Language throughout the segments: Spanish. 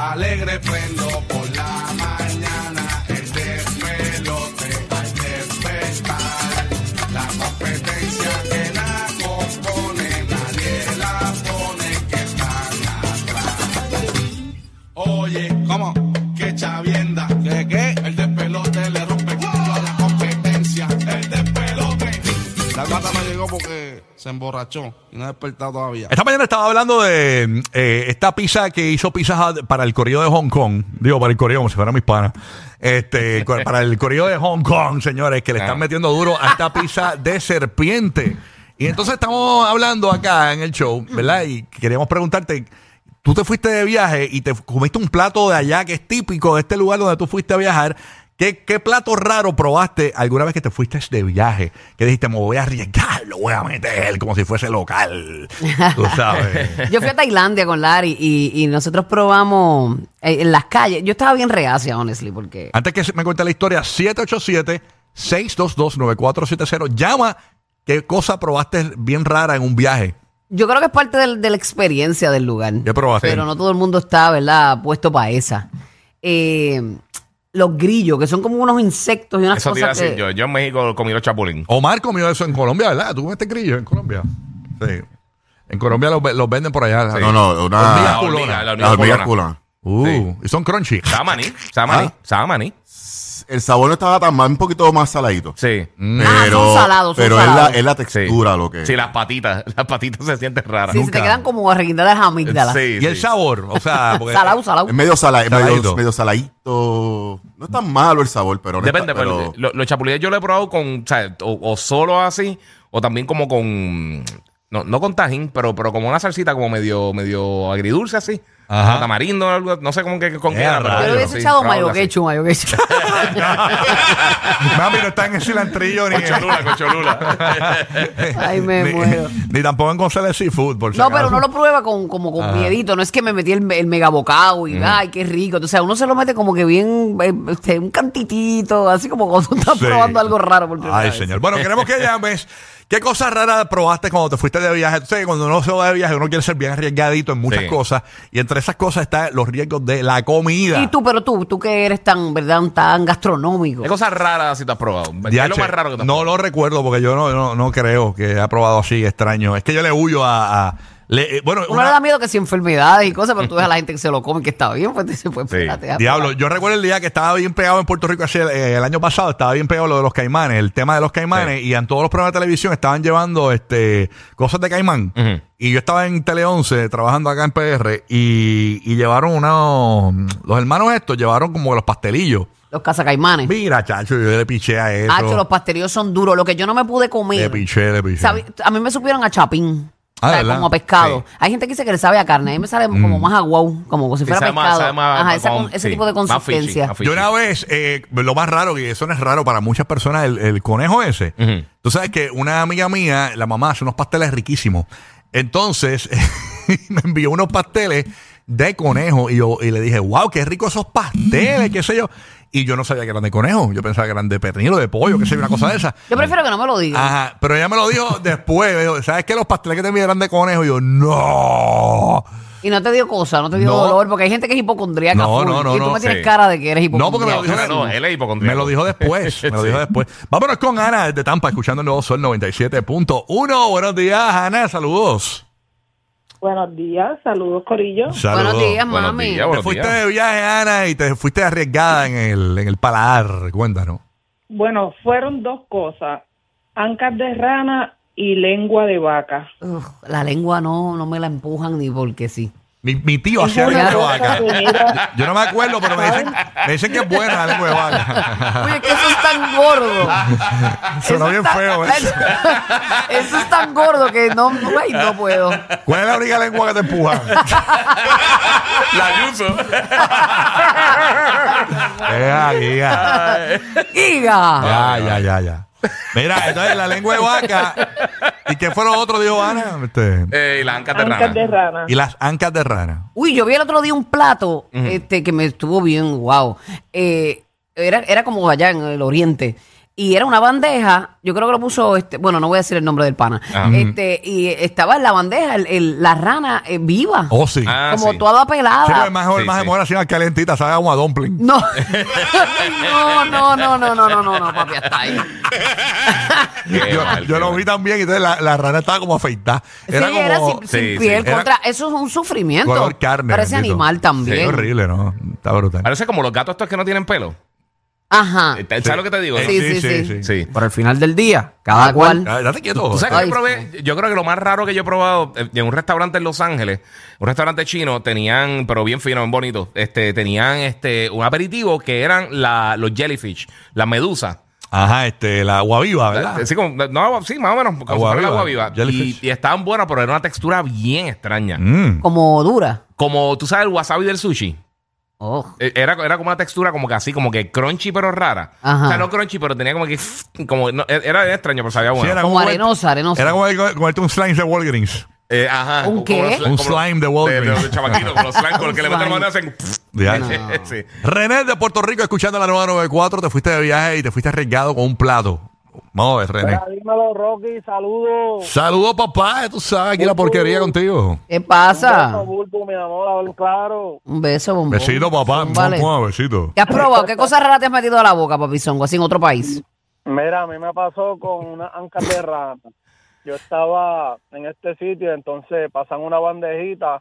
Alegre prendo por la mañana el despelote al despertar. La competencia que la compone nadie la pone que están atrás. Oye, ¿cómo? Que chavienda. ¿Qué, qué? El despelote le rompe el culo a la competencia. El despelote. La gata no llegó porque se emborrachó y no ha despertado todavía. Esta mañana estaba hablando de eh, esta pizza que hizo Pizza Hut para el corrido de Hong Kong. Digo, para el corrido, como si fuera mis panas. Este, co- para el corrido de Hong Kong, señores, que le están metiendo duro a esta pizza de serpiente. Y entonces estamos hablando acá en el show, ¿verdad? Y queríamos preguntarte, tú te fuiste de viaje y te comiste un plato de allá que es típico de este lugar donde tú fuiste a viajar. ¿Qué, qué plato raro probaste alguna vez que te fuiste de viaje? Que dijiste, me voy a arriesgar, lo voy a meter como si fuese local. Tú sabes. Yo fui a Tailandia con Larry y, y nosotros probamos eh, en las calles. Yo estaba bien reacia, honestly, porque Antes que me cuente la historia, 787-622-9470. Llama. ¿Qué cosa probaste bien rara en un viaje? yo creo que es parte del- de la experiencia del lugar. ¿Qué probaste? Pero no todo el mundo está, ¿verdad?, puesto para esa. Eh, los grillos, que son como unos insectos y unas Eso te iba a cosas decir que- yo. Yo en México comí los chapulín. Omar comió eso en Colombia, ¿verdad? ¿Tú comiste grillo en Colombia? Sí. En Colombia los, ve- los venden por allá. Sí. No, no, Hormigas una. culonas. la Las hormigas culona. culonas. Uh, y son crunchy. Samaní, samaní, Ah. samaní. El sabor no estaba tan mal, un poquito más saladito. Sí. Mm. Ah, Pero, son salados, son pero salados. Es, la, es la Sí. textura lo que. Sí, las patitas. Las patitas se sienten raras. Sí, se te quedan como arreguindadas las amígdalas. Sí, y el sí. sabor, o sea, porque- Salado, salado. Es medio, sala, es Saladito. medio, medio saladito. No es tan malo el sabor, pero no Depende, pues, está- pero, lo- los chapulines yo lo he probado con, o, sea, o- o solo así, o también como con, no, no con tajín, pero, pero como una salsita como medio, medio agridulce así. Ajá. Con Tamarindo o algo, no sé cómo que con Eh, qué era, pero rayos. yo le hubiese sí, echado probado mayo así. quechu, mayo quechu. Mami, no está en el cilantrillo ni Con cholula, con cholula. Ay, me ni, muero. ni tampoco en González Seafood, por si No, acaso. pero uno lo prueba con, como con miedito. No es que me metí el, el mega bocado y ay, qué rico. Entonces uno se lo mete como que bien, eh, este, un cantitito, así como cuando estás Sí. probando algo raro por primera Ay, vez. señor. Bueno, queremos que llames. ¿Qué cosas raras probaste cuando te fuiste de viaje? Tú sabes que cuando uno se va de viaje, uno quiere ser bien arriesgadito en muchas Sí. cosas. Y entre esas cosas están los riesgos de la comida. Y tú, pero tú, tú que eres tan, ¿verdad? Tan gastronómico. Qué cosas raras si te has probado. ¿Qué es Diache, lo más raro que te has No lo recuerdo porque yo no, no, no creo que haya probado así extraño. Es que yo le huyo a. a- le- eh, bueno, Uno una- le da miedo que si enfermedades y cosas, pero tú ves a la gente que se lo come, que está bien, pues dice, pues Sí. espérate. déjame Diablo, yo recuerdo el día que estaba bien pegado en Puerto Rico así, el, eh, el año pasado, estaba bien pegado lo de los caimanes, el tema de los caimanes, y en todos los programas de televisión estaban llevando este cosas de caimán. Ujú. Y yo estaba en Tele 11 trabajando acá en PR y, y llevaron unos, los hermanos estos llevaron como los pastelillos. Los cazacaimanes. Mira, chacho, yo le piché a eso. Hacho, Ah, los pastelillos son duros. Lo que yo no me pude le comer. piché, le piché. Sabe- A mí me supieron a chapín. Ah, Sabe, ¿verdad? Mm. como a pescado. Hay gente que dice que le sabe a carne. A mí me sale como más a wow, como si Sí, fuera sabe más- pescado. sabe más- Ajá, esa con- con- ese sí, tipo de más fishy, consistencia. más fishy. Yo una vez, eh, lo más raro, y eso no es raro para muchas personas, el, el conejo ese. Ujú. Tú sabes que una amiga mía, la mamá, hace unos pasteles riquísimos. Entonces, me envió unos pasteles de conejo y yo y le dije, wow, qué rico esos pasteles, qué sé yo. Y yo no sabía que eran de conejo, yo pensaba que eran de pernil o de pollo, qué sé yo, una cosa de esa. Yo prefiero que no me lo digan. Ajá, pero ella me lo dijo después, me dijo, ¿sabes que los pasteles que te envié eran de conejo? Y yo, no. Y no te dio cosa, no te dio No. dolor, porque hay gente que es hipocondríaca. No, full, no, no, Y tú no, me tienes sí. cara de que eres No, hipocondríaca. porque me lo dijo No, no, él es Me hipocondríaco. lo dijo después. Me lo dijo después. Vámonos con Ana desde Tampa, escuchando el nuevo Sol 97.1. Buenos días, Ana. Saludos. Buenos días, saludos Corillo. Saludos. Buenos días, Buenos mami. días, Te buenos fuiste días. de viaje, Ana, y te fuiste arriesgada en el, en el paladar. Cuéntanos. Bueno, fueron dos cosas, ancas de rana y lengua de vaca. Uf, la lengua no, no me la empujan ni porque sí. Mi, mi tío hacía Es la una lengua de cosa vaca. comida. Yo no me acuerdo, pero me dicen, me dicen que es buena la lengua de vaca. Oye, que eso es tan gordo. Suena bien está- feo ¿eh? eso. Eso es tan gordo que no, ay, no puedo. ¿Cuál es la única lengua que te empuja? La Yuso. Ea, guía. Giga. Ya, ya, ya, ya. Mira, entonces la lengua de vaca. ¿Y qué fue lo otro, dijo Ana? Este, Eh, y la anca terrana. Ancas de rana. y las ancas de rana. Uy, yo vi el otro día un plato este, que me estuvo bien, wow. Eh, era, era como allá en el oriente. Y era una bandeja, yo creo que lo puso, este, bueno, no voy a decir el nombre del pana. Ah. Este, y estaba en la bandeja el- el- la rana eh, viva. Oh, sí. Sí, Ah, como sí. toda pelada. pero es más, es Sí, más sí. mejor así, una calentita, sabe agua dumpling. No. no, no, no, no, no, no, no, no, papi, hasta ahí. Qué yo mal, yo qué lo mal. vi también, y entonces la, la rana estaba como afeitada. Era sí, como. era sin, sin Sí, sí. piel Era- contra. Eso es un sufrimiento. Color carne, Parece bendito. animal Qué también. horrible, ¿no? Está brutal. Parece como los gatos estos que no tienen pelo. Ajá. Ah, Eh, ¿Sabes lo que te digo? Sí, no? sí, sí. Sí. Por el final del día, cada cual. Ah, Date quieto. ¿Tú sabes que Ay, yo probé? Yo creo que lo más raro que yo he probado eh, en un restaurante en Los Ángeles, un restaurante chino, tenían, pero bien fino, bien bonito, este, tenían este un aperitivo que eran la, los jellyfish, las medusas. Ajá, este, la agua viva, ¿verdad? Sí, como- no, sí, más o menos, como Agua si fuera la viva, agua viva. Y, jellyfish. y estaban buenas, pero era una textura bien extraña. Mm. Como dura. Como tú sabes, el wasabi del sushi. Oh. Eh, Era, era como una textura como que así, como que crunchy pero rara. Ajá. O sea, no crunchy, pero tenía como que... Como, no, e-, era era extraño, pero sabía bueno. Sí, era Como comer- arenosa, arenosa. Era como el- comerte un slime de Walgreens. Eh, ajá. ¿Un como- como qué? los- Un como los- slime de De, Walgreens. de los chamaquitos, con los slime, con los que le meten la mano y hacen... Ya. sí. René de Puerto Rico, escuchando la nueva 94, te fuiste de viaje y te fuiste arriesgado con un plato. Vamos a ver, René. dímelo, Rocky, saludos. Saludos, papá. Tú sabes aquí la Uh-huh. porquería contigo. ¿Qué pasa? Bulbo, mi amor, hablo claro. Un beso, bombón. Besito, papá. Vale. Mua, mua, besito. ¿Qué has probado? ¿Qué cosas raras te has metido a la boca, papi Songo? Así en otro país. Mira, a mí me pasó con una anca de rana. Yo estaba en este sitio, entonces pasan una bandejita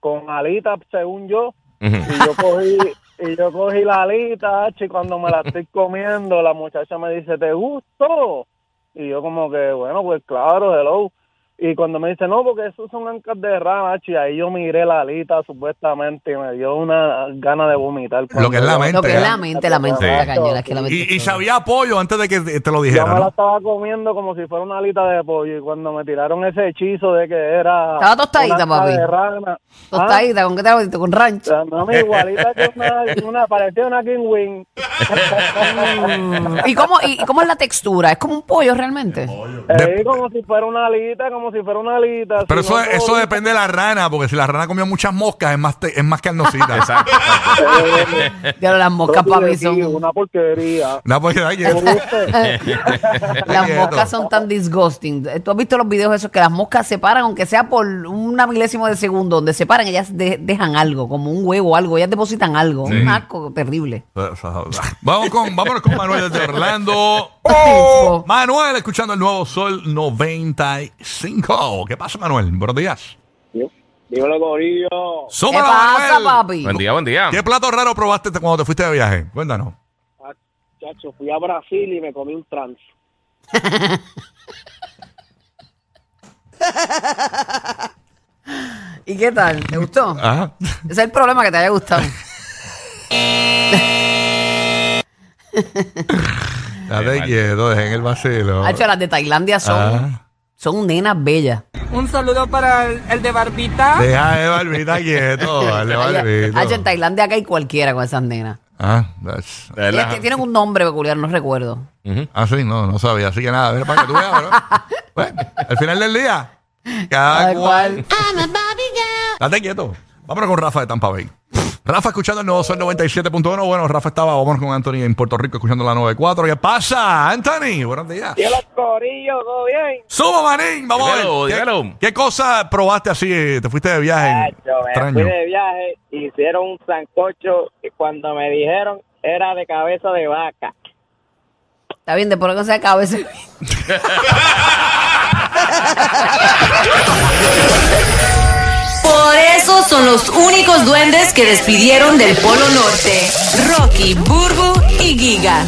con alitas, según yo, y yo cogí y yo cogí la alita, hacho, y cuando me la estoy comiendo, la muchacha me dice, ¿te gustó? Y yo como que, bueno, pues claro, hello. Y cuando me dice, no, porque esos son ancas de rana, hacho, y ahí yo miré la alita supuestamente y me dio una gana de vomitar. Lo que es la mente. Lo que es ¿eh? la mente, la mente, Sí. la cañera. Es que la mente Y, y es todo. sabía apoyo antes de que te te lo Yo dijera, me la ¿no? estaba comiendo como si fuera una alita de pollo y cuando me tiraron ese hechizo de que era... Estaba tostadita, una alita papi. de rana. Ah, Tostadita, ¿con qué te la metiste? Con ranch. la mami igualita que una, una parecía una King Wing. ¿Y cómo, y, y cómo es la textura? ¿Es como un pollo realmente? De- Sí, como si fuera una alita, como si fuera una alita. Pero Si eso, no, eso todo- depende de la rana, porque si la rana comió muchas moscas, es más, te- es más carnosita. Exacto. Ya las moscas, todo papi, directivo, son... Una porquería. No, pues, ay, que- Las Quieto. moscas son tan disgusting. ¿Tú has visto los videos esos que las moscas se paran, aunque sea por una milésima de segundo, donde se paran, ellas de- dejan algo, como un huevo o algo, ellas depositan algo, un asco terrible. Vamos con, vámonos con Manuel desde Orlando. Oh. Manuel, escuchando el nuevo Sol 95. ¿Qué pasa, Manuel? Buenos días. Dímelo, Corillo. ¿Qué Súmala, pasa, Manuel. papi? Buen día, buen día. ¿Qué plato raro probaste te- cuando te fuiste de viaje? Cuéntanos. Ah, Chacho, fui a Brasil y me comí un trans. ¿Y qué tal? ¿Te gustó? Ajá. Ese es el problema que te haya gustado. Date quieto, dejen el vacilo. Hacho, las de Tailandia son, Ah. son nenas bellas. Un saludo para el, el de Barbita. Deja de barbita quieto, dale barbita. Hacho, en Tailandia acá hay cualquiera con esas nenas. Ah, that's- Relaja. Ellas t- tienen un nombre peculiar, no recuerdo. ah, sí, no, no sabía. Así que nada, a ver, para que tú veas, ¿verdad? Bueno, al final del día, cada Cada cual cual. Date quieto. Vámonos con Rafa de Tampa Bay. Rafa escuchando el nuevo Sol 97.1. Bueno, Rafa estaba, vámonos con Anthony en Puerto Rico escuchando la 94. ¿Qué pasa, Anthony? Buenos días. Dímelo, Corillo, ¿todo bien? Subo, manín. Vamos Dímelo, a ver. ¿Qué- dímelo. ¿Qué, cosa probaste así? eh, ¿Te fuiste de viaje? Chacho, me Extraño. fui de viaje, hicieron un sancocho y cuando me dijeron era de cabeza de vaca. Está bien, después de que se acabe ese... Por eso son los únicos duendes que despidieron del Polo Norte. Rocky, Burbu y Giga.